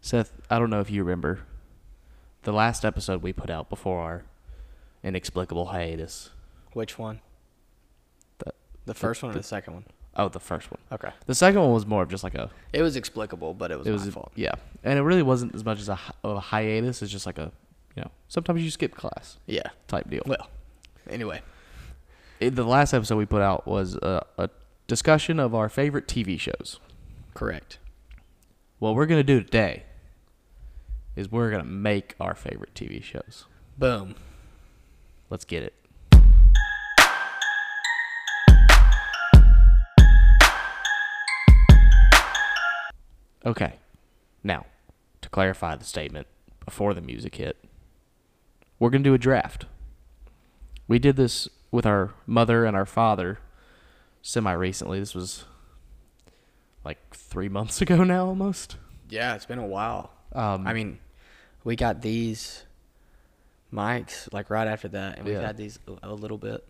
Seth, I don't know if you remember the last episode we put out before our inexplicable hiatus. Which one? The- The first one or the second one? Oh, the first one. Okay. The second one was more of just like a It was explicable, but it was, it was my a- fault. yeah, and it really wasn't as much as a, hi- of a hiatus. It's just like a you know sometimes you skip class Yeah. type deal. Well, anyway. It- the last episode we put out was a, a discussion of our favorite TV shows. Correct. What we're gonna do today is we're gonna make our favorite TV shows. Boom. Let's get it. Okay. Now, to clarify the statement before the music hit, we're going to do a draft. We did this with our mother and our father semi recently. This was like three months ago now almost. Yeah, it's been a while. Um, I mean, we got these mics like right after that, and we've Yeah. had these a- a little bit.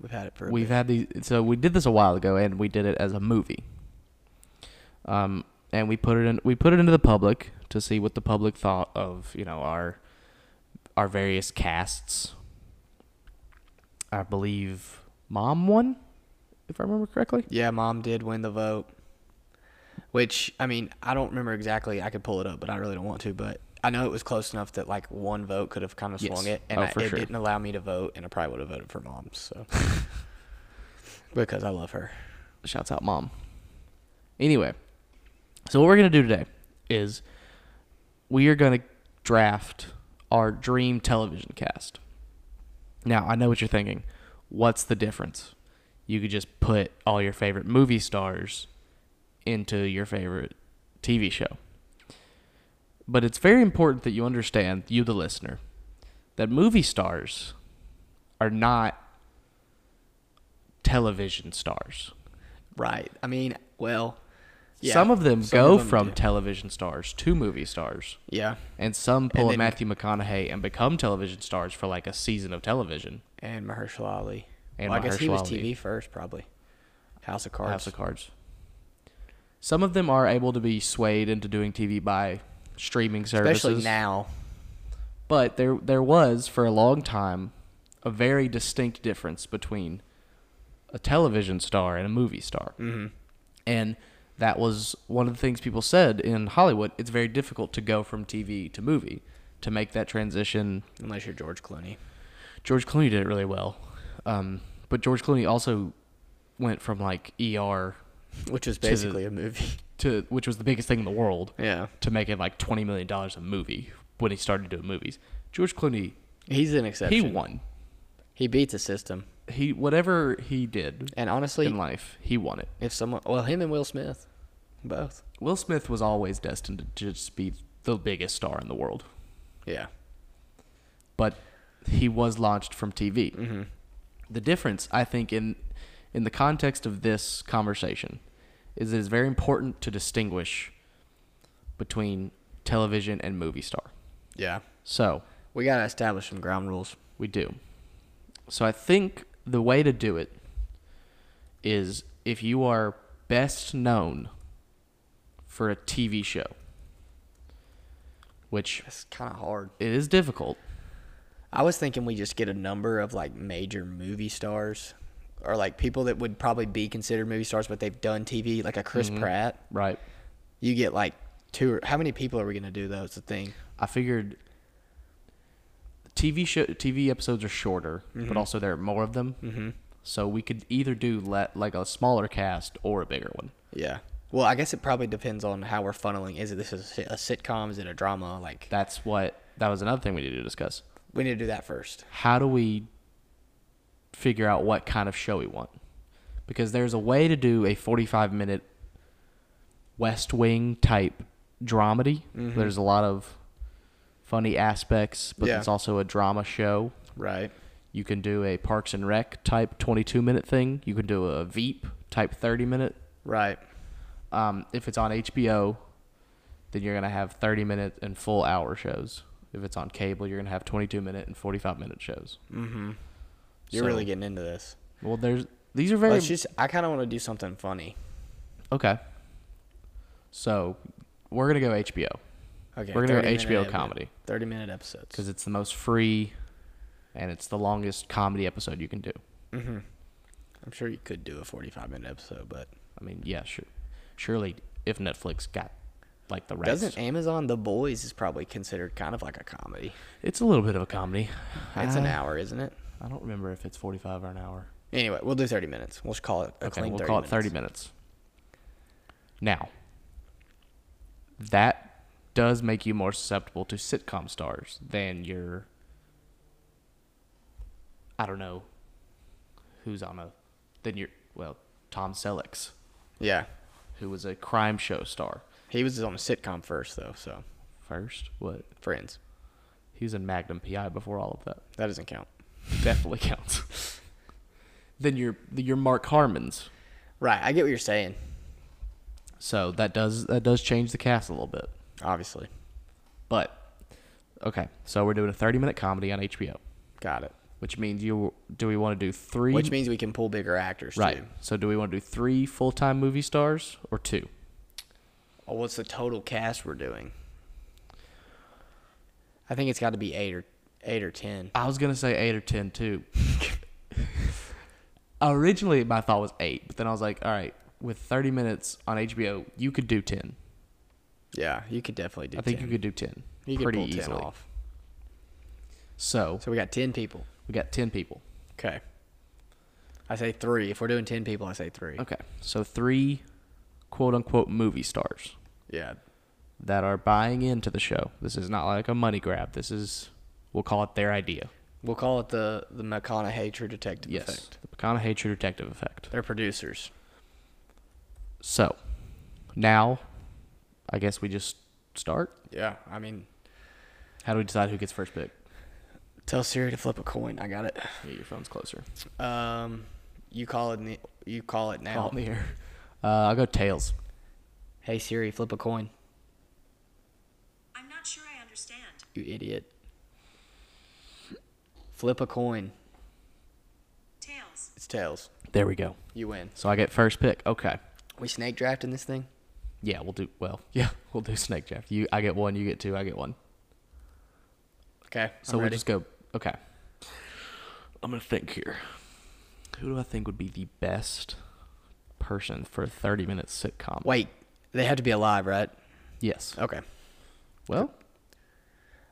We've had it for a We've bit. had these. So we did this a while ago, and we did it as a movie. Um, and we put it in. We put it into the public to see what the public thought of you know our our various casts. I believe mom won, if I remember correctly. Yeah, mom did win the vote. Which I mean, I don't remember exactly. I could pull it up, but I really don't want to. But I know it was close enough that like one vote could have kind of swung Yes. it, and Oh, I, for it sure. didn't allow me to vote, and I probably would have voted for mom. So because I love her. Shouts out mom. Anyway, so what we're gonna do today is we are gonna draft our dream television cast. Now I know what you're thinking. What's the difference? You could just put all your favorite movie stars into your favorite TV show. But it's very important that you understand, you the listener, that movie stars are not television stars. Right. I mean, well, yeah, some of them some go of them from do. television stars to movie stars, yeah, and some pull And a then- Matthew McConaughey and become television stars for like a season of television. and Mahershala Ali. And well, I guess he was Mahershala Ali. TV first, probably. House of Cards. House of Cards. Some of them are able to be swayed into doing TV by streaming services, especially now. but there there was for a long time a very distinct difference between a television star and a movie star. Mm-hmm. And that was one of the things people said in Hollywood. It's very difficult to go from TV to movie to make that transition. Unless you're George Clooney. George Clooney did it really well, um, but George Clooney also went from like ER Which was the- basically a movie. to which was the biggest thing in the world Yeah. to make it like twenty million dollars a movie when he started doing movies. George Clooney, He's an he exception. He, won. beat the system. He whatever he did And honestly, in life, he won it. if someone, well, him and Will Smith, both. Will Smith was always destined to just be the biggest star in the world, Yeah. but he was launched from TV. Mm-hmm. The difference, I think, in in the context of this conversation, is it is very important to distinguish between television and movie star. Yeah. So We gotta establish some ground rules. We do. So I think the way to do it is if you are best known for a TV show, which It's kind of hard. it is difficult. I was thinking we just get a number of like major movie stars, or like people that would probably be considered movie stars, but they've done TV, like a Chris Pratt. Right. You get like two. Or, how many people are we gonna do though? It's the thing. I figured TV show TV episodes are shorter, but also there are more of them. Mm-hmm. So we could either do le- like a smaller cast or a bigger one. Yeah. Well, I guess it probably depends on how we're funneling. Is it this is a sitcom? Is it a drama? Like That's what that was another thing we needed to discuss. we need to do that first. how do we figure out what kind of show we want? Because there's a way to do a 45 minute West Wing type dramedy. There's a lot of funny aspects, but Yeah. it's also a drama show. Right. You can do a Parks and Rec type 22 minute thing. You can do a Veep type 30 minute. Right. Um, if it's on HBO, then you're going to have 30 minute and full hour shows. If it's on cable, you're going to have 22 minute and 45 minute shows. You're So- really getting into this. Well, there's these are very Let's just. I kind of want to do something funny. okay. So we're gonna go HBO. Okay. We're gonna go 30 minute HBO epi- comedy. Thirty minute episodes. because it's the most free, and it's the longest comedy episode you can do. hmm I'm sure you could do a forty five minute episode, but I mean, yeah, sure. Surely, if Netflix got like the rights, doesn't Amazon The Boys is probably considered kind of like a comedy? it's a little bit of a comedy. It's an Uh, hour, isn't it? I don't remember if it's forty-five or an hour. Anyway, we'll do thirty minutes. We'll just call it a Okay, clean we'll 30 call it minutes. thirty minutes. Now, that does make you more susceptible to sitcom stars than your. I don't know. Who's on a? Than your well, Tom Selleck's. Yeah, who was a crime show star he was on a sitcom first though, so first. What? Friends. He was in Magnum PI before all of that. That doesn't count. Definitely counts. then your your Mark Harmon's. Right, I get what you're saying. So that does that does change the cast a little bit. Obviously, But okay, so we're doing a 30 minute comedy on HBO, got it. which means you do we want to do 3 Which means we can pull bigger actors right. too. So do we want to do 3 full-time movie stars or 2? Oh, what's the total cast we're doing? I think it's got to be eight or eight or ten. I was going to say 8 or 10 too. Originally my thought was 8, but then I was like, all right, with 30 minutes on HBO, you could do 10. Yeah, you could definitely do. I think 10. you could do 10 You could pretty pull easily. ten off. So, So we got ten people. we got 10 people. Okay. I say three. If we're doing ten people, I say three. Okay. So, three quote unquote movie stars Yeah. that are buying into the show. This is not like a money grab. This is, we'll call it their idea. We'll call it the the McConaughey True Detective Yes. effect. The McConaughey True Detective effect. They're producers. So, now, I guess we just start. Yeah. I mean, How do we decide who gets first pick? tell Siri to flip a coin. I got it. Yeah, your phone's closer. Um, you call it. n- You call it now. Call it in the air. Uh, I'll go tails. Hey Siri, flip a coin. I'm not sure I understand. You idiot. Flip a coin. Tails. It's tails. There we go. You win. So, I get first pick. Okay. We snake drafting this thing? Yeah, we'll do well. Yeah, we'll do snake draft. You, I get one. You get two. I get one. Okay. So we'll just go. Okay. I'm gonna think here. Who do I think would be the best person for a 30 minute sitcom? Wait, they have to be alive, right? Yes. Okay. Well,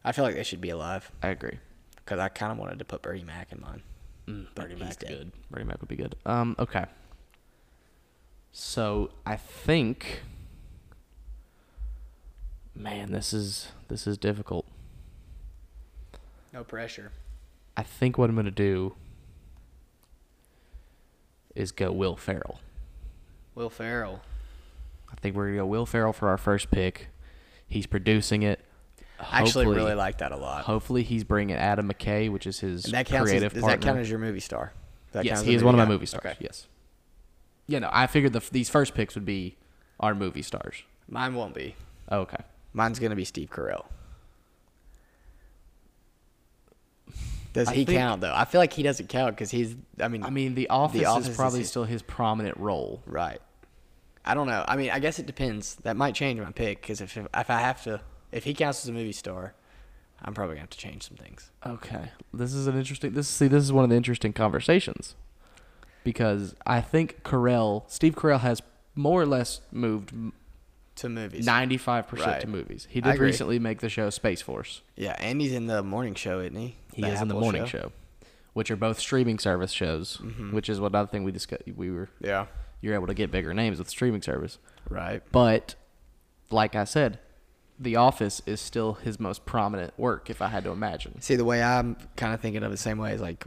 I feel like they should be alive I agree. because I kind of wanted to put Bertie Mac in mine. Bertie He's Mac's dead. good. Bernie Mac would be good. Um. Okay. So I think. Man, this is this is difficult. No pressure. I think what I'm gonna do is go Will Ferrell. Will Ferrell. I think we're gonna go Will Ferrell for our first pick. He's producing it. I actually Hopefully- really like that a lot. Hopefully, he's bringing Adam McKay, which is his And that counts as, creative does partner. that count as your movie star? Does That yes, count as he a is one of my guy? movie stars. Okay. Yes. Yeah, no, I figured the, f- these first picks would be our movie stars. Mine won't be. Oh, okay. Mine's gonna be Steve Carell. Does I he think- count though? I feel like he doesn't count because he's. I mean, I mean, The Office, Office is is probably his- still his prominent role. Right. I don't know. I mean, I guess it depends. That might change my pick because if if I have to, if he counts as a movie star, I'm probably gonna have to change some things. Okay, this is an interesting. This see, this is one of the interesting conversations, because I think Carell, Steve Carell, has more or less moved To movies. ninety five percent Right. to movies. He I did agree. recently make the show Space Force. Yeah, and he's in the morning show, isn't he? He is in the Apple morning show. which are both streaming service shows, Mm-hmm. which is another thing we discussed. We were Yeah. you're able to get bigger names with streaming service, Right. but like I said, The Office is still his most prominent work. If I had to imagine, See, the way I'm kind of thinking of it the same way is like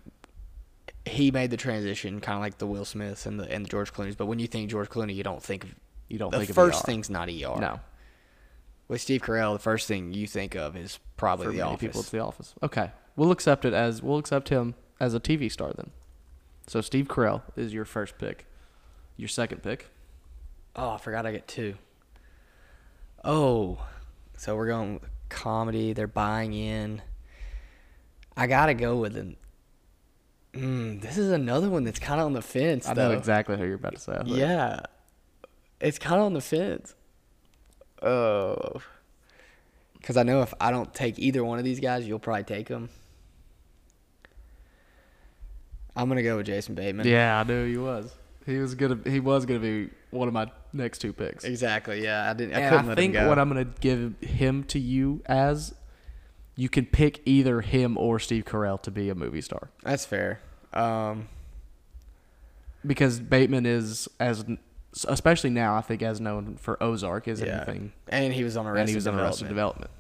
he made the transition, kind of like the Will Smiths and the and the George Clooney's. But when you think George Clooney, you don't think of you don't the think first of ER. thing's not ER. No, With Steve Carell, the first thing you think of is probably for The many Office. people, it's The Office. Okay, we'll accept it as we'll accept him as a TV star then. So Steve Carell is your first pick. Your second pick. Oh, I forgot I get two. Oh, so we're going with comedy. They're buying in. I gotta go with an. Mm, this is another one that's kind of on the fence. I know though. exactly who you're about to say. I think. Yeah, it's kind of on the fence. Oh, Because Uh, I know if I don't take either one of these guys, you'll probably take them. I'm gonna go with Jason Bateman. Yeah, I knew he was. He was gonna. He was gonna be one of my next two picks. Exactly. Yeah, I didn't. I and couldn't I let think him go. what I'm gonna give him to you as, you can pick either him or Steve Carell to be a movie star That's fair. Um, because Bateman is as, especially now I think as known for Ozark as yeah. anything, And he was on Arrested and he was in Development. Arrested Development.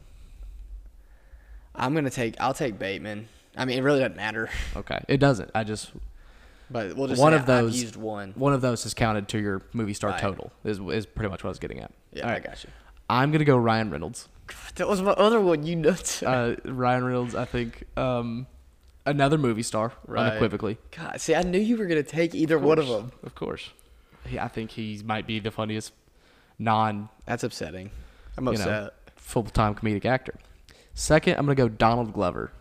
I'm gonna take. I'll take Bateman. I mean, it really doesn't matter. Okay, it doesn't. I just But we'll just one say of I- those I've used one. One of those is counted to your movie star Mm-hmm. Right. total. Is is pretty much what I was getting at. Yeah, All I right. got you. I'm gonna go Ryan Reynolds. That was my other one. You nuts. Uh, Ryan Reynolds, I think, um, another movie star, Right. unequivocally. God, see, I knew you were gonna take either one of course, them. Of course. He, I think he might be the funniest non That's upsetting. I'm you upset. know, full time comedic actor. Second, I'm gonna go Donald Glover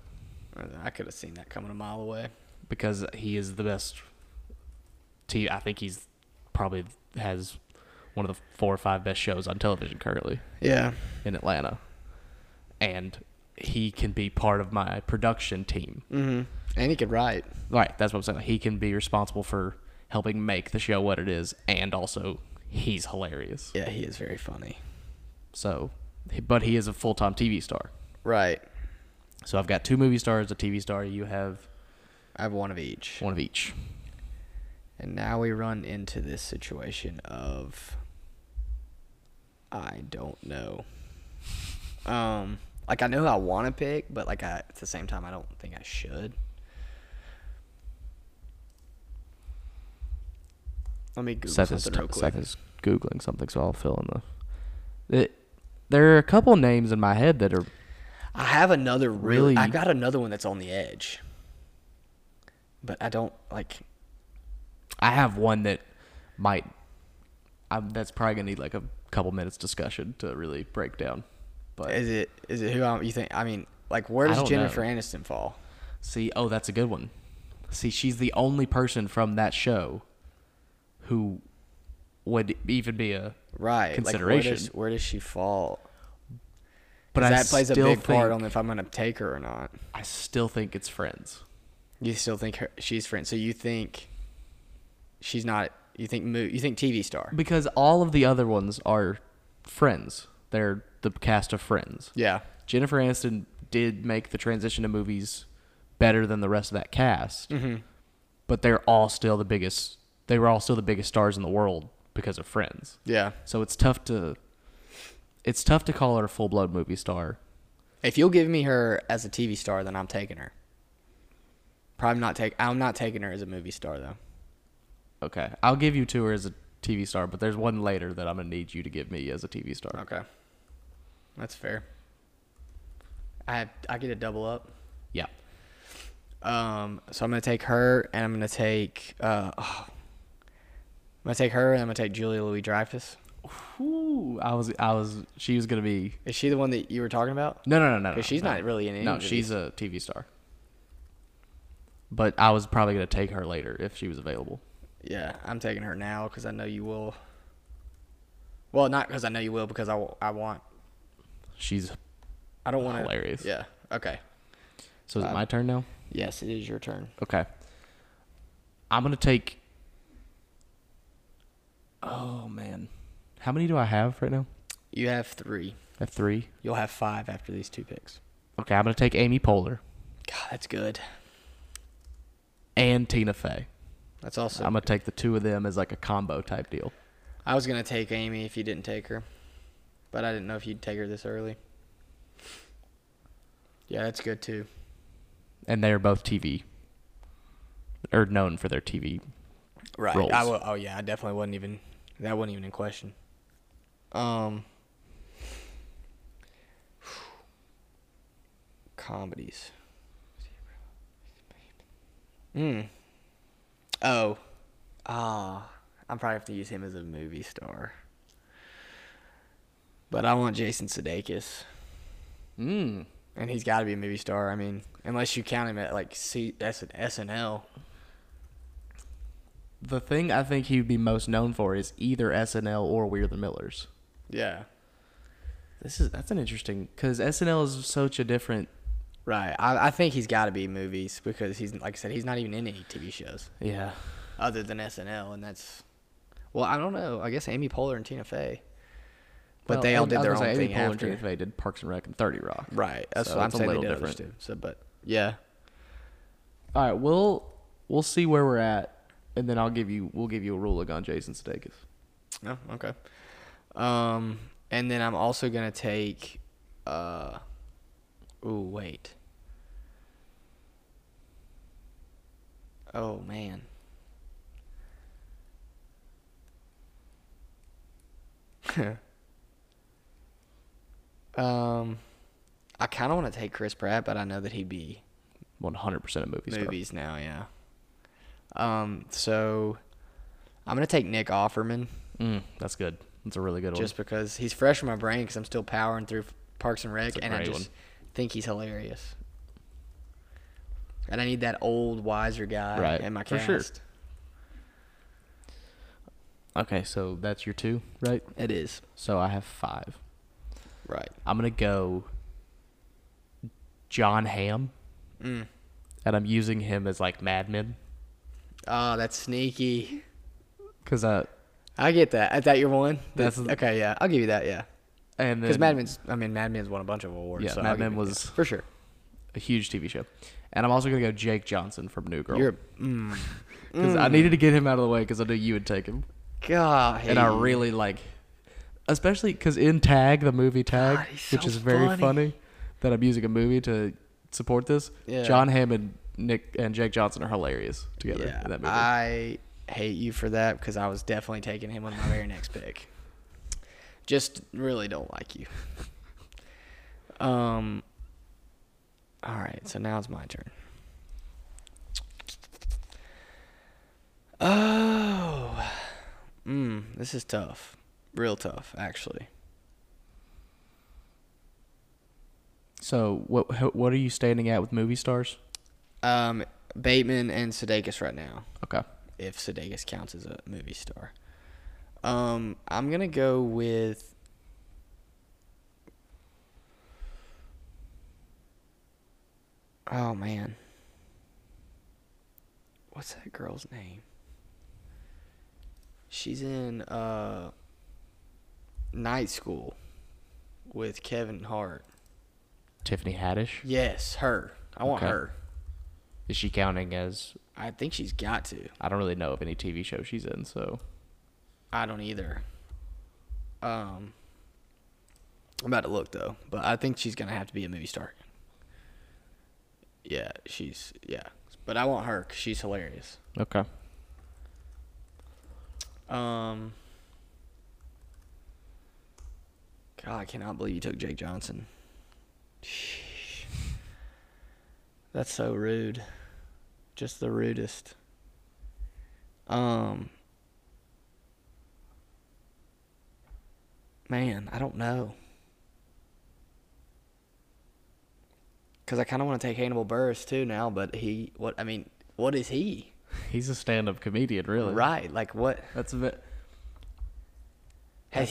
I could have seen that coming a mile away. because he is the best. T I think he's probably has one of the four or five best shows on television currently Yeah. in Atlanta, and he can be part of my production team. Mm-hmm. And he could write. Right, that's what I'm saying. He can be responsible for helping make the show what it is, and also he's hilarious. Yeah, he is very funny. So, but he is a full time TV star. Right. So I've got two movie stars, a TV star. You have I have one of each. one of each. And now we run into this situation of I don't know. Um, like I know who I want to pick, but like I, at the same time, I don't think I should. Let me Google Seth is, something real quick. Seth is googling something, so I'll fill in the. It, there are a couple names in my head that are I have another really. Really? I've got another one that's on the edge, but I don't like. I have one that might. I'm, that's probably gonna need like a couple minutes discussion to really break down. But Is it is it who I, you think? I mean, like, where I does don't Jennifer know. Aniston fall? see, oh, that's a good one. See, she's the only person from that show who would even be a. Right. Like, where, does, Consideration. where does she fall? But 'Cause I that plays a still big part think- on if I'm gonna take her or not. I still think it's Friends. You still think her, she's friends? So you think she's not? You think mo- you think TV star? Because all of the other ones are friends. They're the cast of friends. Yeah. Jennifer Aniston did make the transition to movies better than the rest of that cast. Mm-hmm. But they're all still the biggest they were all still the biggest stars in the world because of friends. Yeah. So it's tough to it's tough to call her a full blown movie star. If you'll give me her as a TV star, then I'm taking her. Probably not take. I'm not taking her as a movie star though. Okay. I'll give you to her as a TV star, but there's one later that I'm gonna need you to give me as a TV star. Okay. That's fair. I have, I get a double up. Yeah. Um, so I'm gonna take her, and I'm gonna take. Uh, oh. I'm gonna take her, and I'm gonna take Julia Louis Dreyfus. Ooh, I was I was she was gonna be Is she the one that you were talking about? No, no, no, no. 'Cause no, she's no. not really in any No, of she's a TV star. But I was probably gonna take her later if she was available. Yeah, I'm taking her now because I know you will. Well, not because I know you will, because I, w- I want. She's I don't want to. Hilarious. Yeah. Okay. so. Is it Um, my turn now? Yes, it is your turn. Okay. I'm gonna take. Oh man, how many do I have right now? You have three. I have three. You'll have five after these two picks. Okay, I'm gonna take Amy Poehler God, that's good. and Tina Fey. That's also. I'm gonna take the two of them as like a combo type deal. I was gonna take Amy if you didn't take her, but I didn't know if you'd take her this early. Yeah, that's good too. And they are both TV. Or known for their TV. Right. Roles. I will, oh yeah, I definitely wasn't even that wasn't even in question. Um. Comedies. Hmm. Oh. Ah. I'm probably have to use him as a movie star. But I want Jason Sudeikis. Hmm. Mm. And he's got to be a movie star. I mean, unless you count him at like C S SNL. The thing I think he'd be most known for is either SNL or We're the Millers. Yeah. This is that's an interesting because SNL is such a different. Right. I, I think he's got to be movies because he's like I said, he's not even in any TV shows Yeah. other than SNL, and that's. Well, I don't know. I guess Amy Poehler and Tina Fey. But Well, they all I- did I their was own gonna say, thing Amy Poehler and after. Tina Fey did Parks and Rec and Thirty Rock. Right. That's So what I'm it's a saying. little they did different. different. So, but yeah. All right, we'll we'll see where we're at, and then I'll give you we'll give you a ruling on Jason Sudeikis. No. Okay. Um, and then I'm also gonna take. Uh, ooh, wait. Oh man. um, I kind of want to take Chris Pratt, but I know that he'd be One hundred percent a movie star. movies now, yeah. Um, so I'm gonna take Nick Offerman. Mm, that's good. That's a really good just because he's fresh in my brain because I'm still powering through Parks and Rec, That's a and I great just one. think he's hilarious. And I need that old, wiser guy Right, in my for cast. sure. one. Okay, so that's your two, right? It is So I have five. right. I'm gonna go John Hamm, Mm. and I'm using him as like Mad Men Oh, that's sneaky. because uh, I get that. Is that your one? That's- okay. Yeah, I'll give you that. Yeah, and because then Mad Men's. I mean, Mad Men's won a bunch of awards. Yeah, so Mad I'll give Men you that. was- for sure. a huge TV show, and I'm also gonna go Jake Johnson from New Girl You're mm, because I needed to get him out of the way because I knew you would take him. God, and I really like, especially because in Tag, the movie Tag, God, he's which so is very funny. funny. that I'm using a movie to support this. Yeah. John Hamm and Nick and Jake Johnson are hilarious together in that movie. I hate you for that because I was definitely taking him on my very next pick. Just really don't like you. Um. All right, so now it's my turn. Oh, mm, this is tough, real tough, actually. so what how- what are you standing at with movie stars? Um, Bateman and Sudeikis right now. Okay, if Sudeikis counts as a movie star. Um, I'm gonna go with. Oh man, what's that girl's name? She's in uh, Night School with Kevin Hart. Tiffany Haddish. Yes, her. I want Okay. her. Is she counting as? I think she's got to. I don't really know of any TV show she's in. So I don't either. Um, I'm about to look though, but I think she's gonna have to be a movie star. Yeah, she's yeah, but I want her 'cause she's hilarious. okay, Um, God, I cannot believe you took Jake Johnson. Sheesh. That's so rude. Just the rudest. Um, man, I don't know. Cause I kind of want to take Hannibal Burris too now, but he, what I mean, what is he? he's a stand-up comedian, really. Right, like what That's a bit. has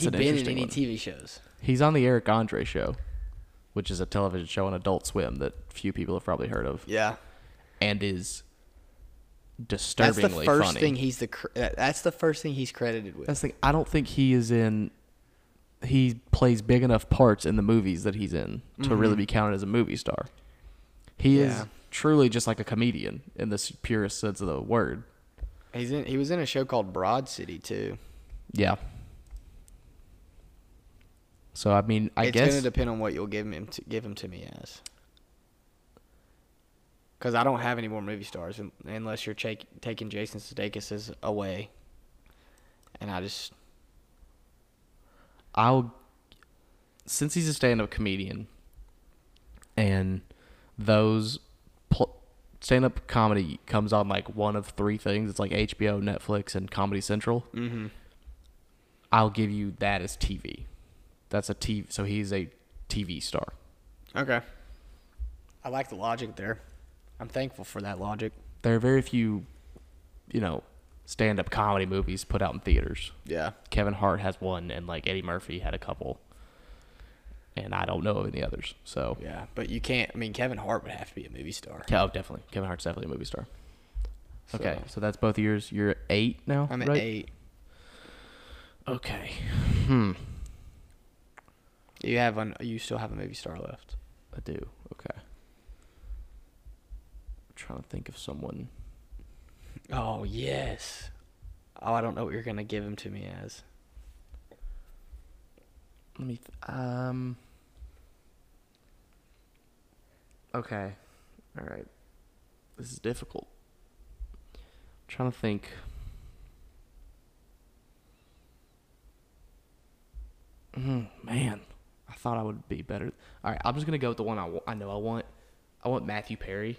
That's he an been in interesting any one. TV shows? He's on the Eric Andre show, which is a television show on Adult Swim that few people have probably heard of. Yeah, and is that's the disturbingly first funny. thing he's the cr- that- that's the first thing he's credited with. That's the thing. I don't think he is in. He plays big enough parts in the movies that he's in to really be counted as a movie star. He Yeah. is truly just like a comedian in the purest sense of the word. he's in he was in a show called Broad City too. Yeah. So I mean, I it's guess gonna depend on what you'll give him to give him to me as. Because I don't have any more movie stars un- unless you're chak taking Jason Sudeikis away, and I just I'll since he's a stand-up comedian and those pl- stand-up comedy comes on like one of three things it's like HBO, Netflix and Comedy Central. Mm-hmm. I'll give you that as TV. That's a TV so he's a TV star. okay. I like the logic there. I'm thankful for that logic. There are very few you know stand-up comedy movies put out in theaters. Yeah. Kevin Hart has one and like Eddie Murphy had a couple. and I don't know of any others. So Yeah, but you can't. I mean, Kevin Hart would have to be a movie star. yeah, oh, definitely Kevin Hart's definitely a movie star. Okay, So, so that's both of yours. You're at eight now. I'm at right? eight. Okay. Hmm. You have an. You still have a movie star left. I do. Okay. I'm trying to think of someone. Oh yes. Oh, I don't know what you're gonna give him to me as. Let me. Th- um. Okay. All right. This is difficult. I'm trying to think. Mm, man, I thought I would be better. All right, I'm just gonna go with the one I wa- I know I want. I want Matthew Perry,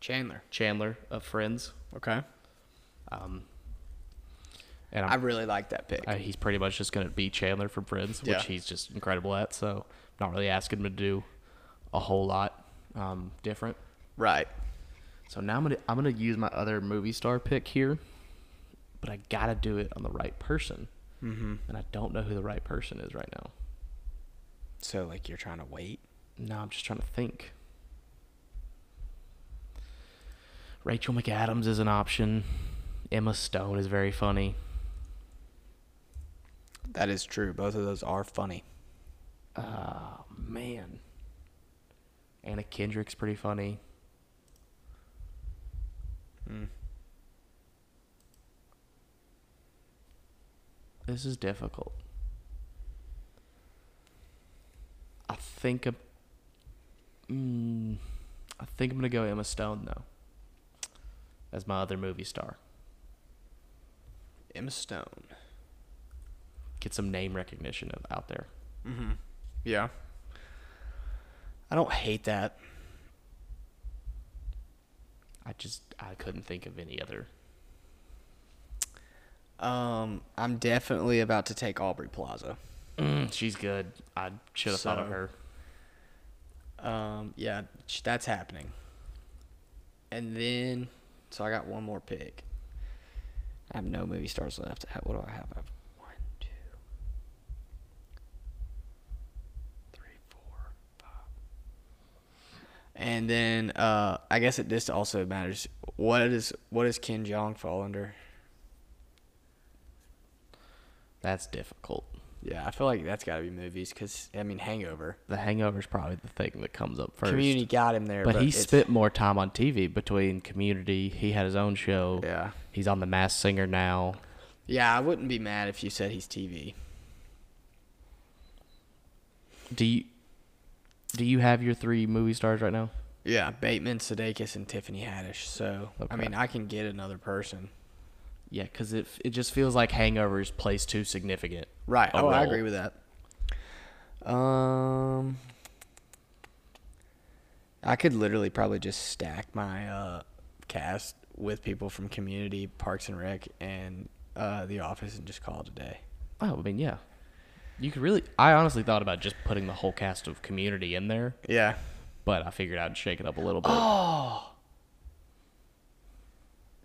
Chandler. Chandler of Friends. Okay. Um, and I I'm, really like that pick. uh, he's pretty much just going to be Chandler from Friends, which Yeah. he's just incredible at. So not really asking him to do a whole lot um, different. right. So now I'm gonna I'm gonna use my other movie star pick here, but I gotta do it on the right person, mm-hmm. and I don't know who the right person is right now. So like you're trying to wait. No, I'm just trying to think. Rachel McAdams is an option. Emma Stone is very funny. That is true. Both of those are funny. Oh man. Anna Kendrick's pretty funny. This is difficult. I think I'm, mm, I think I'm gonna go Emma Stone though. As my other movie star, Emma Stone. get some name recognition of- out there. Yeah. I don't hate that. I just I couldn't think of any other. Um, I'm definitely about to take Aubrey Plaza. Mm, she's good. I should have thought of So- her. Um, yeah, sh- that's happening. And then, so I got one more pick. I have no movie stars left. Ha- What do I have? I have one, two, three, four, five. And then, uh, I guess it just also matters. What is what does Ken Jong fall under? That's difficult. Yeah, I feel like that's got to be movies because I mean, Hangover. The Hangover is probably the thing that comes up first. Community got him there, but, he it's- spent more time on TV between Community. He had his own show. Yeah. He's on The Mass Singer now. Yeah, I wouldn't be mad if you said he's TV. Do you do you have your three movie stars right now? Yeah, Bateman, Sudeikis, and Tiffany Haddish. So Okay. I mean, I can get another person. Yeah, because it it just feels like Hangovers plays too significant. Right. a oh, I role. agree with that. Um, I could literally probably just stack my uh, cast with people from Community, Parks and Rec, and uh, The Office, and just call it a day. Oh, I mean, yeah. You could really. I honestly thought about just putting the whole cast of Community in there, Yeah. but I figured I'd shake it up a little bit. Oh.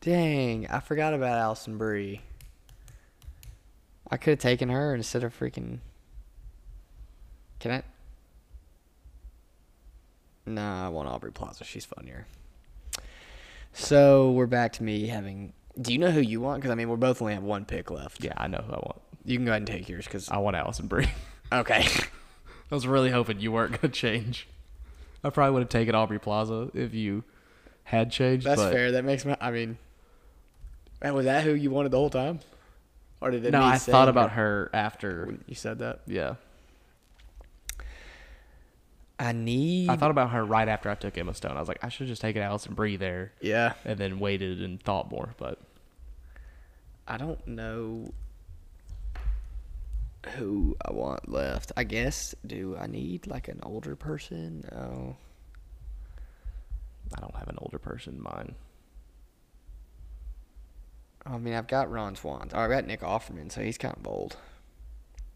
Dang, I forgot about Allison Brie. I could have taken her instead of freaking. Can I? Nah, I want Aubrey Plaza. She's funnier. So we're back to me having. Do you know who you want? Because I mean, we are both only have one pick left. Yeah, I know who I want. You can go ahead and take yours. Because I want Allison Brie. okay, I was really hoping you weren't gonna change. I probably would have taken Aubrey Plaza if you had changed. that's but fair. That makes me. I mean, man, was that who you wanted the whole time? Or did it No, me I say thought your- about her after. You said that. Yeah, I need. I thought about her right after I took Emma Stone. I was like, I should have just taken Allison Brie there, Yeah. and then waited and thought more. But I don't know who I want left. I guess do I need like an older person? Oh, I don't have an older person in mind. I mean I've got Ron Swanson. Oh, I've got Nick Offerman, so he's kind of old.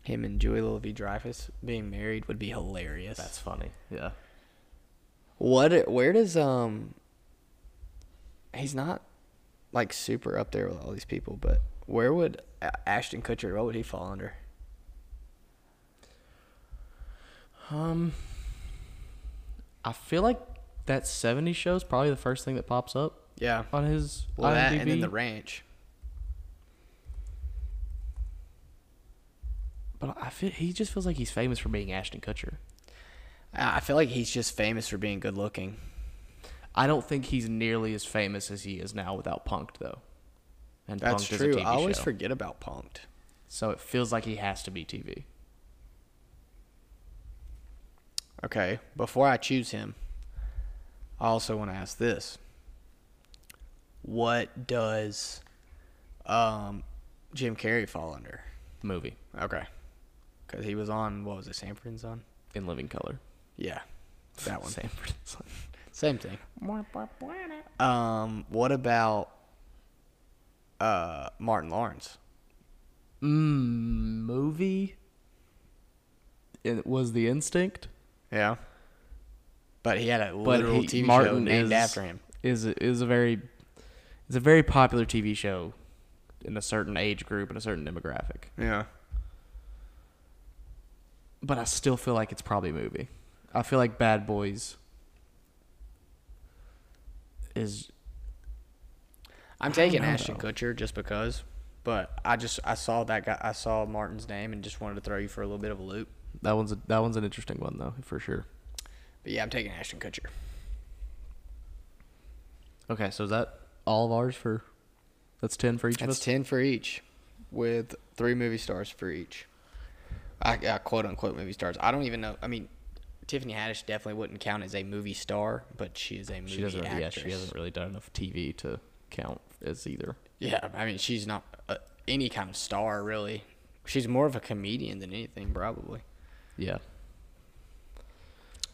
Him and Julia Louis Dreyfus being married would be hilarious. That's funny. Yeah, what? Where does um? He's not like super up there with all these people, but where would A- Ashton Kutcher? What would he fall under? Um, I feel like that '70s show is probably the first thing that pops up Yeah. on his Well, that and then IMDb, the ranch. But I feel he just feels like he's famous for being Ashton Kutcher. I I feel like he's just famous for being good looking. I don't think he's nearly as famous as he is now without Punked though. And That's Punk'd is a true. TV I always show. forget about Punked. So it feels like he has to be TV. Okay, before I choose him, I also want to ask this. What does um, Jim Carrey fall under? Movie Okay. Because he was on, what was it, Sanford's on? in living color. Yeah, that one. Same. Same thing. Um, what about uh, Martin Lawrence? mm, movie. It was the instinct, Yeah. But he had a but literal he, TV show Martin named is after him. Is a- is a very, it's a very popular TV show, in a certain age group and a certain demographic. Yeah. But I still feel like it's probably a movie. I feel like Bad Boys is I'm taking know, Ashton though. Kutcher just because, but I just I saw that guy I saw Martin's name and just wanted to throw you for a little bit of a loop. that one's a, that one's an interesting one though for sure. But yeah, I'm taking Ashton Kutcher. Okay, so is that all of ours for? That's ten for each of That's us. ten for each, with three movie stars for each. I, I quote unquote movie stars. I don't even know. I mean, Tiffany Haddish definitely wouldn't count as a movie star, but she is a movie She doesn't. actress. Yeah, she hasn't really done enough TV to count as either. Yeah, I mean, she's not uh, any kind of star really. She's more of a comedian than anything, probably. Yeah.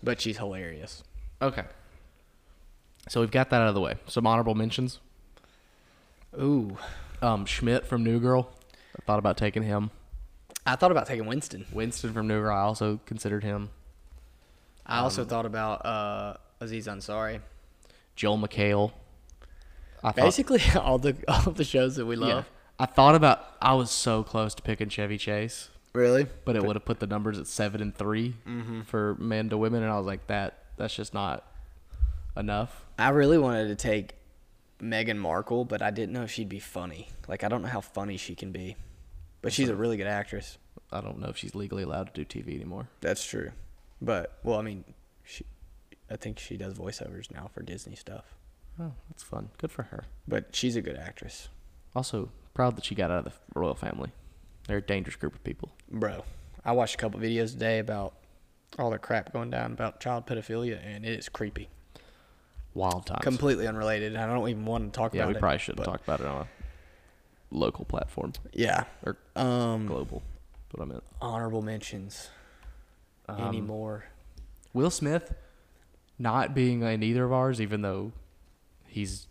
But she's hilarious. Okay. So we've got that out of the way. Some honorable mentions. Ooh, Um, Schmidt from New Girl. I thought about taking him. I thought about taking Winston. Winston from New Girl. I also considered him. I also thought about uh, Aziz Ansari. Joel McHale. I thought- Basically, all the all the shows that we yeah. love. I thought about. I was so close to picking Chevy Chase, Really? but it would have put the numbers at seven and 3 Mm-hmm. for men to women, and I was like, that that's just not enough. I really wanted to take Meghan Markle, but I didn't know if she'd be funny. Like I don't know how funny she can be, but she's a really good actress. I don't know if she's legally allowed to do TV anymore. That's true. But well, I mean, she, I think she does voiceovers now for Disney stuff. Oh, that's fun. Good for her. But she's a good actress, Also, proud that she got out of the royal family. They're a dangerous group of people. bro. I watched a couple videos today about all the crap going down about child pedophilia, and it is creepy. Wild times. Completely unrelated. I don't even want to talk yeah, about it. we probably shouldn't but- talk about it on a local platform Yeah. or Um, global. That's what I meant. honorable mentions Um, anymore. Will Smith not being in either of ours, even though he's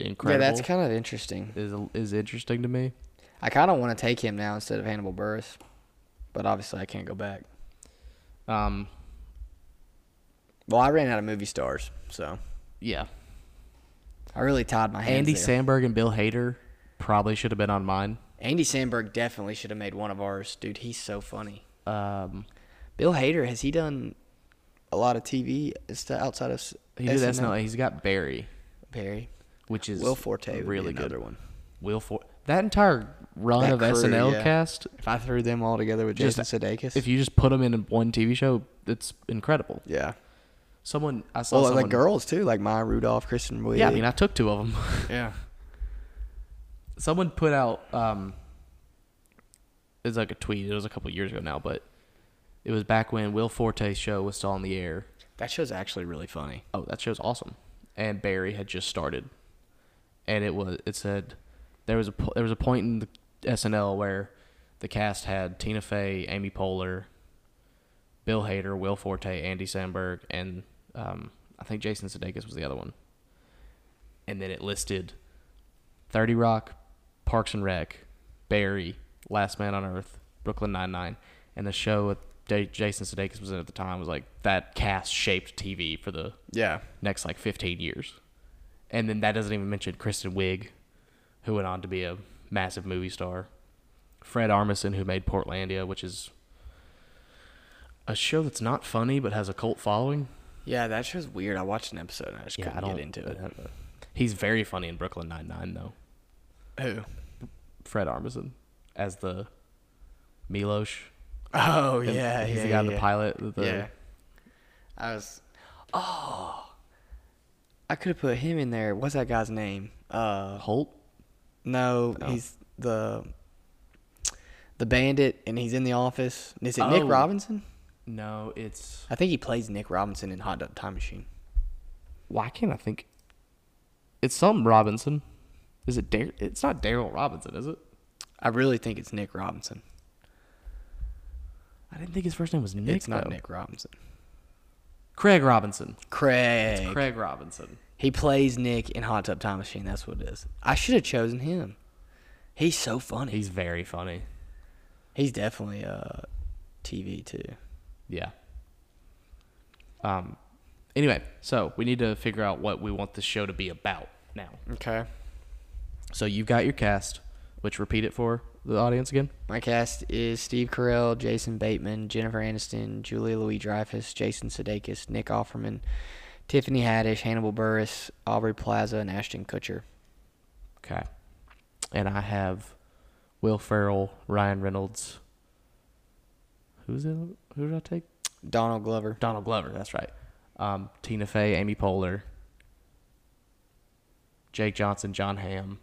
incredible, Yeah, that's kind of interesting. is is interesting to me. I kind of want to take him now instead of Hannibal Burris, but obviously I can't go back. Um, Well, I ran out of movie stars, so yeah, I really tied my hands. Andy there. Samberg and Bill Hader probably should have been on mine. Andy Sandberg definitely should have made one of ours, dude. He's so funny. Um, Bill Hader has he done a lot of TV st- outside of s- he did that's SNL? not. He's got Barry, Barry. which is Will Forte would really be another good. one. Will Forte. That entire run That of crew, SNL yeah. cast, If I threw them all together with Just- Jason Sudeikis, if you just put them in one TV show, it's incredible. yeah, Someone I saw well, someone, like girls too, like Maya Rudolph, Kristen Wiig. Yeah, I mean I took two of them. yeah. someone put out um it was like a tweet. It was a couple years ago now, but it was back when Will Forte's show was still on the air. That show's actually really funny. Oh, that show's awesome. And Barry had just started, and it was it said there was a po- there was a point in the SNL where the cast had Tina Fey, Amy Poehler, Bill Hader, Will Forte, Andy Samberg, and um, I think Jason Sudeikis was the other one. And then it listed Thirty Rock, Parks and Rec, Barry, Last Man on Earth, Brooklyn Nine Nine, and the show with J- Jason Sudeikis was in at the time was like that cast shaped TV for the Yeah. next like 15 years. And then that doesn't even mention Kristen Wiig, who went on to be a massive movie star. Fred Armisen, who made Portlandia, which is a show that's not funny but has a cult following. Yeah, that show's weird. I watched an episode and I just couldn't get into it. uh, He's very funny in Brooklyn Nine Nine though. Who? Fred Armisen as the Milosh. Oh And yeah, he's yeah, the guy in the yeah. pilot. with The, yeah. I was. Oh, I could have put him in there. What's that guy's name? Uh, Holt. no, he's the the bandit, and he's in the office. Is it Oh. Nick Robinson? No, it's I think he plays Nick Robinson in Hot Dog Time Machine. why can't I think? It's some Robinson. Is it Dar? It's not Daryl Robinson, is it? I really think it's Nick Robinson. I didn't think his first name was Nick. it's not though. Nick Robinson. Craig Robinson. Craig. Craig Robinson. He plays Nick in Hot Tub Time Machine. That's what it is. I should have chosen him. He's so funny. He's, He's very funny. definitely uh, TV too. Yeah. Um. Anyway, so we need to figure out what we want this show to be about now. Okay. So you've got your cast, which repeat it for the audience again. My cast is Steve Carell, Jason Bateman, Jennifer Aniston, Julia Louis Dreyfus, Jason Sudeikis, Nick Offerman, Tiffany Haddish, Hannibal Burris, Aubrey Plaza, and Ashton Kutcher. Okay. And I have Will Ferrell, Ryan Reynolds. Who's it? Who did I take? Donald Glover. Donald Glover. That's right. Um, Tina Fey, Amy Poehler, Jake Johnson, John Hamm,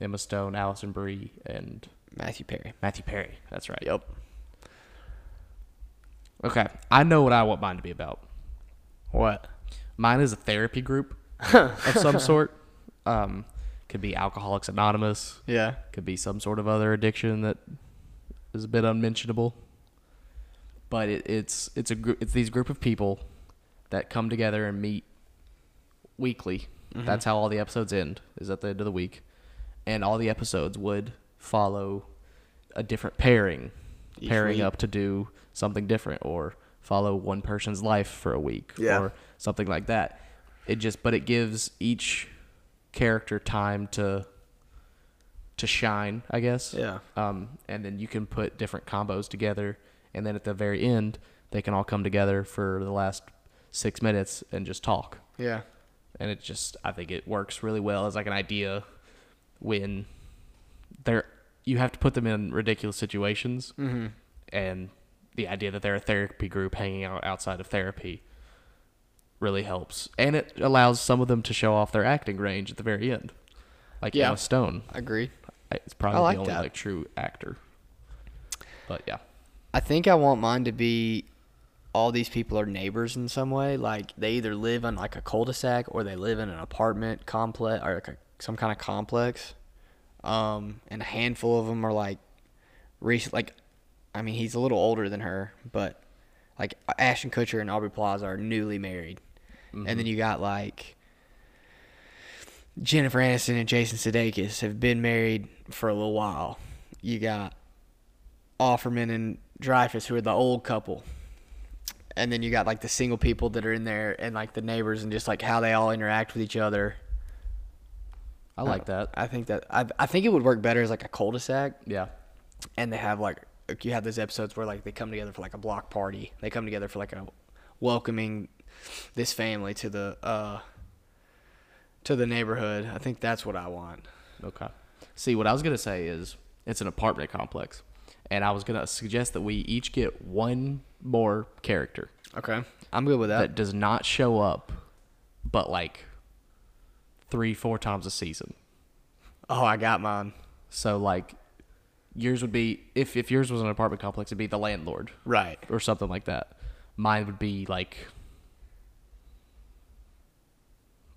Emma Stone, Allison Brie, and Matthew Perry. Matthew Perry. That's right. Yep. Okay, I know what I want mine to be about. What? Mine is a therapy group of some sort. Um, could be Alcoholics Anonymous. Yeah. Could be some sort of other addiction that is a bit unmentionable. But it, it's it's a group it's these group of people that come together and meet weekly. Mm-hmm. That's how all the episodes end. Is at the end of the week, and all the episodes would follow a different pairing, Each pairing week. up to do something different or follow one person's life for a week Yeah. or something like that. It just but it gives each character time to to shine, I guess. Yeah. Um, and then you can put different combos together, and then at the very end, they can all come together for the last six minutes and just talk. Yeah. And it just, I think it works really well as like an idea when they're you have to put them in ridiculous situations, mm-hmm. and the idea that they're a therapy group hanging out outside of therapy really helps, and it allows some of them to show off their acting range at the very end, like Yeah. Emma Stone. Agreed. It's probably like the only that. like true actor. But yeah. I think I want mine to be all these people are neighbors in some way. Like they either live on like a cul-de-sac or they live in an apartment complex or like a, some kind of complex. Um, and a handful of them are like recent. Like, I mean, he's a little older than her, but like Ashton Kutcher and Aubrey Plaza are newly married, and then you got like Jennifer Aniston and Jason Sudeikis have been married for a little while. You got Offerman and Dreyfus, who are the old couple. And then you got like the single people that are in there and like the neighbors and just like how they all interact with each other. I like that. I think that I, I think it would work better as like a cul-de-sac Yeah. and they have like like, you have those episodes where like they come together for like a block party. They come together for like a welcoming this family to the uh to the neighborhood. I think that's what I want. Okay. See, what I was going to say is it's an apartment complex. And I was going to suggest that we each get one more character Okay. I'm good with that. that does not show up, but like three, four times a season. oh, I got mine. So, like, yours would be if, if yours was an apartment complex, it'd be the landlord. Right. or something like that. Mine would be like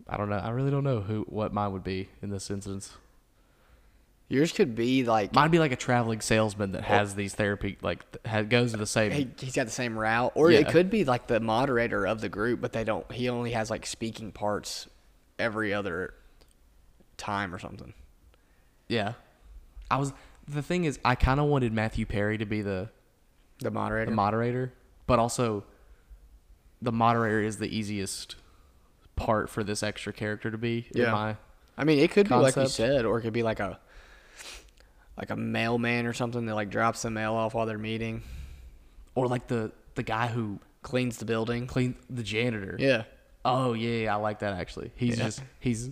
I don't know. I really don't know who what mine would be in this instance. Yours could be like Mine'd be like a traveling salesman that has these therapy like th- ha- goes to the same. he, he's got the same route or it Yeah. could be like the moderator of the group but they don't he only has like speaking parts every other time or something Yeah. I was the thing is I kind of wanted Matthew Perry to be the the moderator the moderator, but also the moderator is the easiest part for this extra character to be in Yeah. my i mean it could be like you concept. said or it could be like a like a mailman or something that like drops the mail off while they're meeting or like the the guy who Cleans the building. cleaned the janitor. Yeah. Oh yeah, yeah, I like that actually. He's Yeah. just he's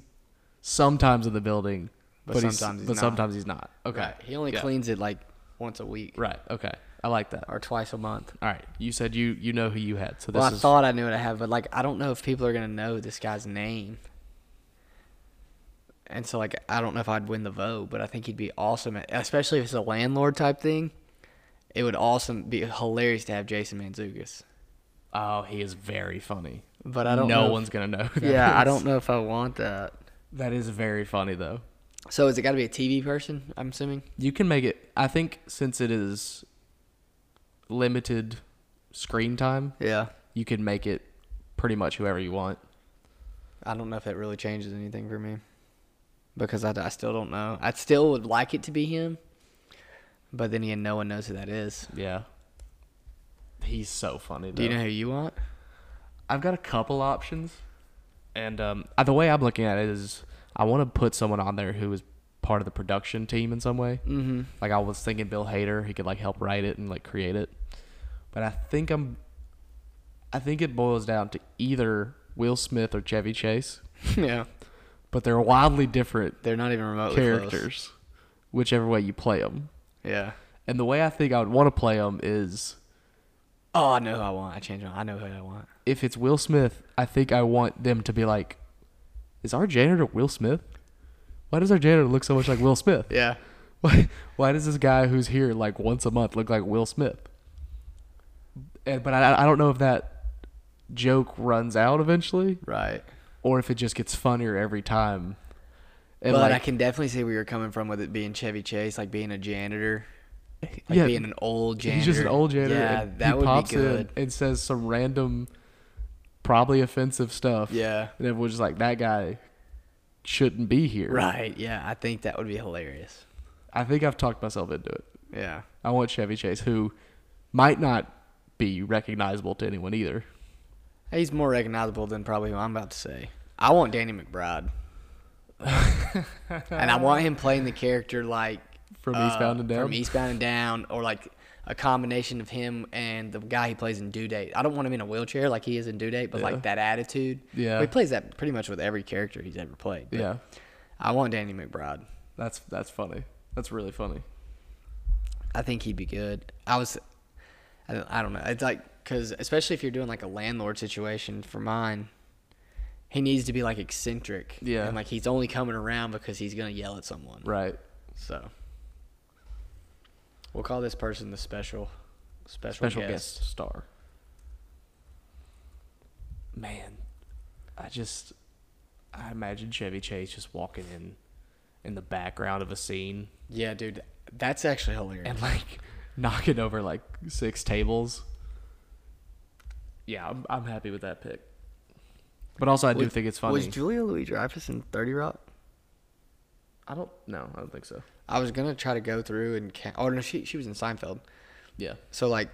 sometimes in the building, But but, he's, sometimes he's but not. sometimes he's not. Okay, Right. He only Yeah. cleans it like once a week Right. Okay, I like that. All or twice a month. right, you said you you know who you had, so this Well, I is thought I knew what I had, but like I don't know if people are gonna know this guy's name. And so like I don't know if I'd win the vote, but I think he'd be awesome, at- especially if it's a landlord type thing. It would awesome be hilarious to have Jason Manzukis. oh he is very funny. But I don't no know. one's gonna know. who that If, yeah, I is. don't know if I want that. That is very funny though. So is it got to be a TV person? I'm assuming. You can make it. I think since it is limited screen time, Yeah. you can make it pretty much whoever you want. I don't know if that really changes anything for me because I, I still don't know. I still would like it to be him, but then again, no one knows who that is. Yeah. He's so funny. Though. Do you know who you want? I've got a couple options, and um, uh, the way I'm looking at it is, I want to put someone on there who is part of the production team in some way. Mm-hmm. Like I was thinking, Bill Hader, he could like help write it and like create it. But I think I'm, I think it boils down to either Will Smith or Chevy Chase, yeah, but they're wildly different they're not even remotely close. characters, whichever way you play them. Yeah. And the way I think I would want to play them is Oh, I know who I want. I changed. my- I know who I want. if it's Will Smith, I think I want them to be like, is our janitor Will Smith? Why does our janitor look so much like Will Smith? Yeah. Why, why does this guy who's here like once a month look like Will Smith? And, but I, I don't know if that joke runs out eventually Right. or if it just gets funnier every time. And but like, I can definitely see where you're coming from with it being Chevy Chase, like being a janitor, like Yeah, being an old janitor. he's just an old janitor. Yeah, and that he would pops be good. in and says some random, probably offensive stuff. Yeah. And everyone's just like, that guy shouldn't be here. Right. Yeah, I think that would be hilarious. I think I've talked myself into it. Yeah. I want Chevy Chase, who might not be recognizable to anyone either. He's more recognizable than probably who I'm about to say. I want Danny McBride. and I want him playing the character like uh, From Eastbound and Down? From Eastbound and Down or like a combination of him and the guy he plays in Due Date. I don't want him in a wheelchair like he is in Due Date, but Yeah. like that attitude. Yeah. Well, he plays that pretty much with every character he's ever played. but Yeah, I want Danny McBride. that's that's funny. That's really funny. I think he'd be good. I was, I don't, I don't know. It's like because especially if you're doing like a landlord situation for mine, he needs to be like eccentric. Yeah. and like he's only coming around because he's gonna yell at someone. Right. So we'll call this person the special, special, Special guest. guest. star. Man, I just I imagine Chevy Chase just walking in in the background of a scene Yeah, dude, that's actually hilarious. and like knocking over like six tables. Yeah, I'm, I'm happy with that pick. But also, I do think it's funny. Was Julia Louis Dreyfus in Thirty Rock? I don't. No, I don't think so. I was gonna try to go through and count. Oh no, she she was in Seinfeld. Yeah. So like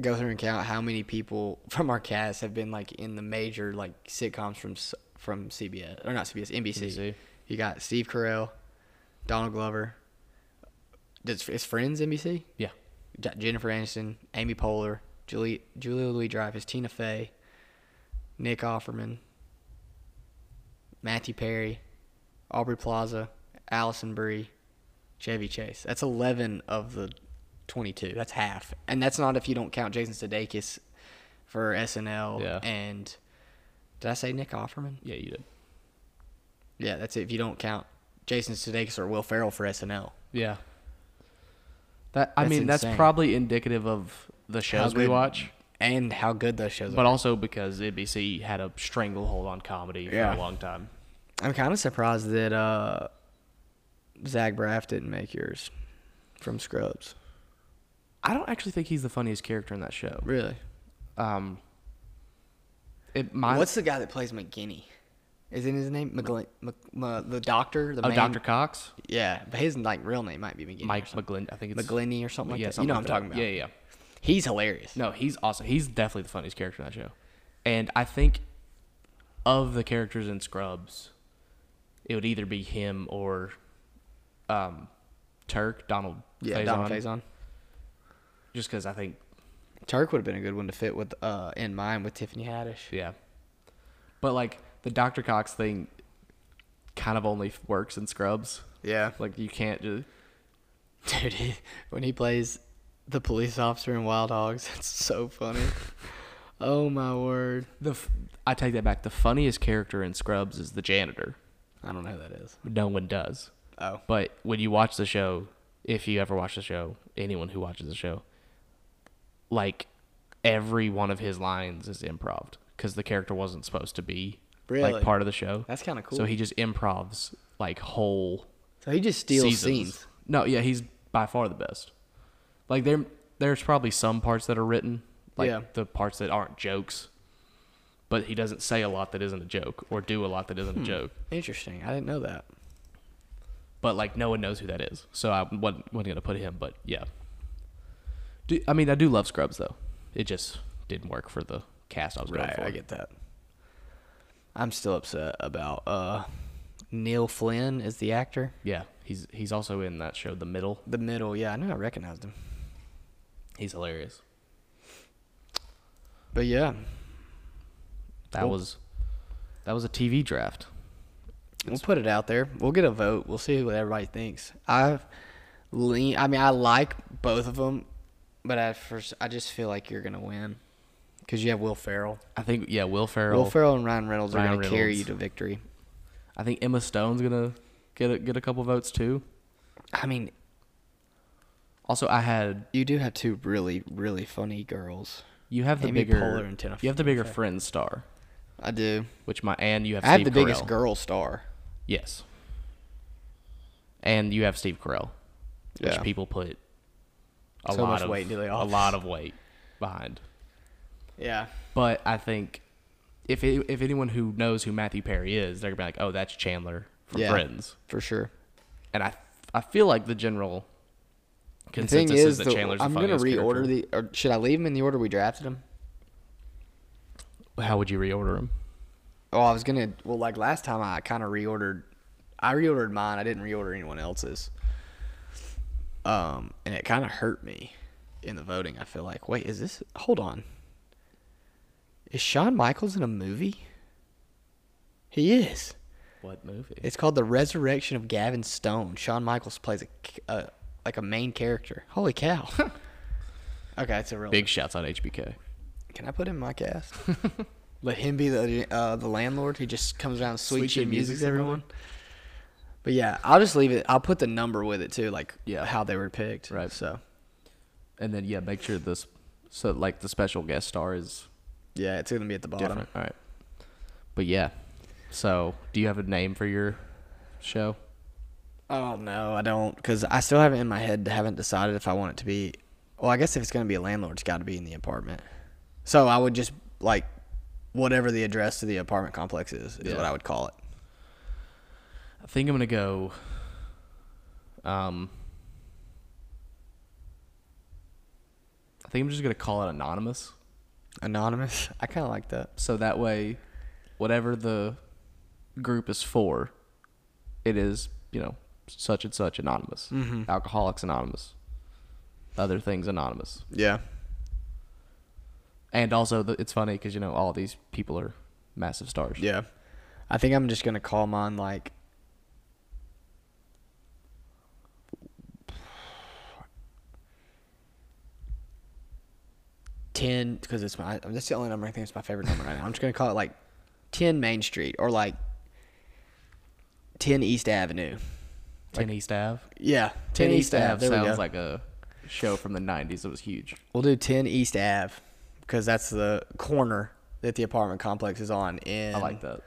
go through and count how many people from our cast have been like in the major like sitcoms from s- from CBS or not CBS NBC. NBC. You got Steve Carell, Donald Glover. Does is Friends NBC? Yeah. J- Jennifer Aniston, Amy Poehler, Julie Julia Louis Dreyfus, Tina Fey, Nick Offerman, Matthew Perry, Aubrey Plaza, Allison Brie, Chevy Chase. That's eleven of the twenty-two. That's half, and that's not if you don't count Jason Sudeikis for SNL. Yeah. And did I say Nick Offerman? Yeah, you did. Yeah, that's it. If you don't count Jason Sudeikis or Will Ferrell for SNL. Yeah. That I That's mean, that's insane. probably indicative of the shows we good watch, And how good those shows are. but also because NBC had a stranglehold on comedy Yeah. for a long time. I'm kind of surprised that uh, Zach Braff didn't make yours from Scrubs. I don't actually think he's the funniest character in that show. Really? Um. It my What's the guy that plays McGinney? Isn't his name McGlin- Mc- Ma- the doctor? The oh, man- Dr. Cox, Yeah, but his like real name might be McGinney. Mike or something. McGlin. I think it's McGlinny or something like yeah, that. something You know like what I'm that. talking about. Yeah, yeah. yeah. He's hilarious. No, he's awesome. He's definitely the funniest character in that show. And I think of the characters in Scrubs, it would either be him or um, Turk, Donald yeah, Faison. Donald Faison. Just because I think Turk would have been a good one to fit with uh in mine with Tiffany Haddish. Yeah. But like the Dr. Cox thing kind of only f- works in Scrubs. Yeah. Like you can't just Dude, he, when he plays the police officer in Wild Hogs, that's so funny. oh my word. the f- I take that back. The funniest character in Scrubs is the janitor. I don't know who that is. No one does. Oh. But when you watch the show, if you ever watch the show, anyone who watches the show, like every one of his lines is improv because the character wasn't supposed to be Really? like part of the show. That's kinda cool. So he just improvs like whole So he just steals seasons. scenes. No, yeah, he's by far the best. Like there, there's probably some parts that are written, like Yeah. the parts that aren't jokes. But he doesn't say a lot that isn't a joke, or do a lot that Hmm. isn't a joke. Interesting. I didn't know that. But like no one knows who that is, so I wasn't, wasn't gonna put him. But yeah, do, I mean I do love Scrubs though. It just didn't work for the cast I was going Right, for. I get that. I'm still upset about uh Neil Flynn is the actor. Yeah, he's he's also in that show, The Middle. The middle, yeah, I knew I recognized him. He's hilarious. But yeah, That Cool. was that was a TV draft. we'll put it out there. We'll get a vote. We'll see what everybody thinks. I've lean. I mean, I like both of them, but at first, I just feel like you're gonna win because you have Will Ferrell. I think yeah, Will Ferrell. Will Ferrell and Ryan Reynolds are Ryan gonna carry Reynolds. you to victory. I think Emma Stone's gonna get a, get a couple votes too. I mean, Also, I had you do have two really, really funny girls. you have the Amy bigger Poehler and Jennifer you have the bigger Friends star, I do. which my and you have I have Steve the biggest Carell. girl star. Yes, and you have Steve Carell, which Yeah. people put a So lot much of weight into the a office. lot of weight behind. Yeah. But I think if it, if anyone who knows who Matthew Perry is, they're gonna be like, oh, that's Chandler from Yeah. Friends, For sure. and I I feel like the general The consensus thing is, that the- Chandler's I'm the gonna funniest character. reorder the. Or should I leave them in the order we drafted them? How would you reorder him? Oh, I was gonna. Well, like last time, I kind of reordered. I reordered mine. I didn't reorder anyone else's. Um, and it kind of hurt me in the voting. I feel like, wait, is this? Hold on. Is Shawn Michaels in a movie? He is. What movie? It's called The Resurrection of Gavin Stone. Shawn Michaels plays a, c- a like a main character. Holy cow. okay, it's a real Big shouts out HBK. Can I put him in my cast? Let him be the uh, the landlord. He just comes around and sweet, Sweet shit shit music musics to everyone. But yeah, I'll just leave it. I'll put the number with it too, like Yeah. how they were picked. Right. So And then yeah, make sure this so like the special guest star is yeah, it's gonna be at the bottom. different. All right. But yeah. So, do you have a name for your show? Oh no, I don't, because I still have it in my head. Haven't decided if I want it to be. Well, I guess if it's gonna be a landlord, it's got to be in the apartment. So I would just like whatever the address to the apartment complex is is Yeah. what I would call it. I think I'm going to go um I think I'm just going to call it anonymous. Anonymous. I kind of like that. So that way whatever the group is for, it is, you know, such and such anonymous. Mm-hmm. Alcoholics anonymous. Other things anonymous. Yeah. And also, the, it's funny because you know all these people are massive stars. Yeah. I think I'm just gonna call mine like ten because it's my that's the only number I think is my favorite number right now. I'm just gonna call it like ten Main Street or like ten East Avenue. Ten East Ave. Yeah, ten, East, Ave. There we sounds go. like a show from the '90s. It was huge. We'll do 10 East Ave because that's the corner that the apartment complex is on. In I like that.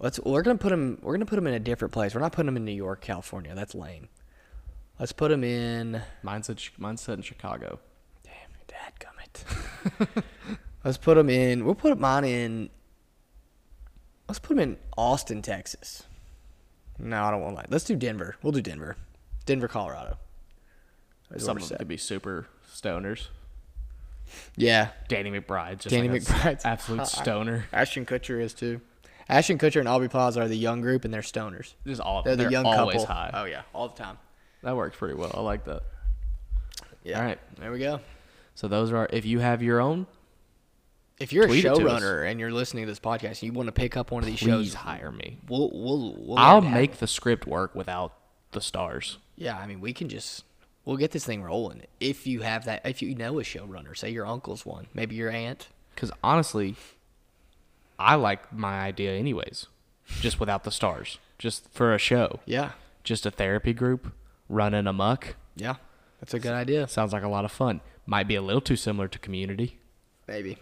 Let's. We're gonna put them. We're gonna put them in a different place. We're not putting them in New York, California. That's lame. Let's put them in. Mine said Chi- mine said in Chicago. Damn, dad gummit. let's put them in. We'll put mine in. Let's put them in Austin, Texas. No, I don't want that. Let's do Denver. We'll do Denver. Denver, Colorado. That's what Some we're of them set. could be super stoners. Yeah, Danny McBride's just Danny like a s- McBride's absolute stoner. Ashton Kutcher is too. Ashton Kutcher and Aubrey Plaza are the young group, and they're stoners. Just all They're they're, the young always couple. high. Oh yeah, all the time. That works pretty well. I like that. Yeah. All right. There we go. So those are if you have your own, If you're a Tweet it to us. showrunner and you're listening to this podcast, and you want to pick up one of these please shows. hire me. We'll, we'll, we'll I'll learn to have- make the script work without the stars. Yeah, I mean, we can just we'll get this thing rolling. If you have that, if you know a showrunner, say your uncle's one, maybe your aunt. Because honestly, I like my idea anyways, just without the stars, just for a show, Yeah, just a therapy group running amok. yeah, that's a good idea. Sounds like a lot of fun. Might be a little too similar to Community, Maybe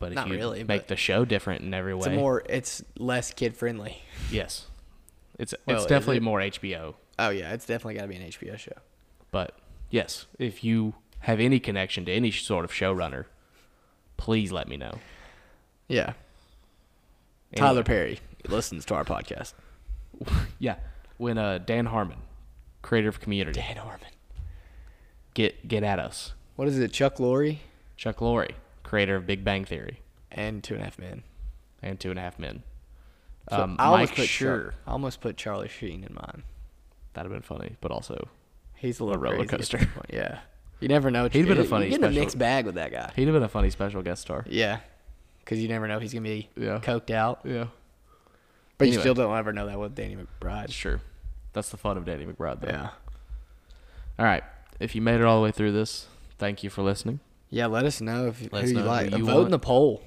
but if Not you really, make but- the show different in every way, it's a more, it's less kid friendly. yes, it's Well, it's is definitely it? more HBO. Oh yeah, it's definitely got to be an HBO show. But yes, if you have any connection to any sort of showrunner, please let me know. Yeah, Tyler Perry listens to our podcast. Yeah, when uh, Dan Harmon, creator of Community, Dan Harmon. get get at us. What is it? Chuck Lorre Chuck Lorre, creator of Big Bang Theory and Two and a Half Men. and Two and a Half Men. So um, I almost Mike put Char- Schur. I almost put Charlie Sheen in mine. That'd have been funny, but also He's a little roller crazy at coaster. this point, Yeah, you never know. what He'd you- been a you're funny Getting a special- mixed bag with that guy. he'd have been a funny special guest star. Yeah, because you never know if he's gonna be Yeah. coked out. Yeah, But you Anyway. still don't ever know that with Danny McBride. sure. That's the fun of Danny McBride, though. Yeah, All right. If you made it all the way through this, thank you for listening. yeah. Let us know if Let us who know you who like. you Vote want. in the poll,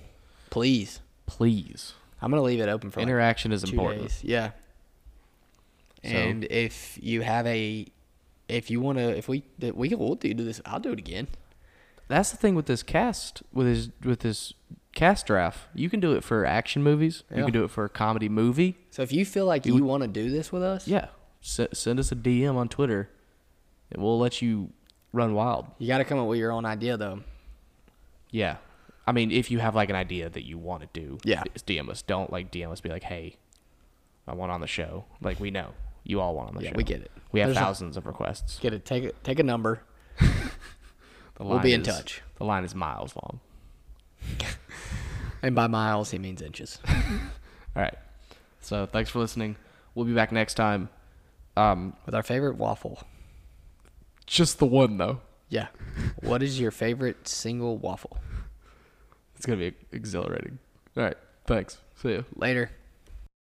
please. Please, I'm gonna leave it open for like interaction is two important. days. Yeah. So- And if you have a, if you want to, if we that we will do this, I'll do it again. That's the thing with this cast with his with this cast draft. You can do it for action movies. You Yeah. can do it for a comedy movie. So if you feel like you want to do this with us, Yeah, S- send us a DM on Twitter, and we'll let you run wild. you got to come up with your own idea though. Yeah, I mean, if you have like an idea that you want to do, Yeah. just DM us. Don't like DM us. Be like, hey, I want on the show. Like we know you all want on the Yeah, show. we get it. We have There's a- thousands of requests. Get it. Take it. Take a number. The we'll be line in is- touch. The line is miles long. And by miles, he means inches. All right. So thanks for listening. We'll be back next time. Um, with our favorite waffle. just the one though. Yeah. What is your favorite single waffle? It's gonna be exhilarating. All right. Thanks. See ya. Later.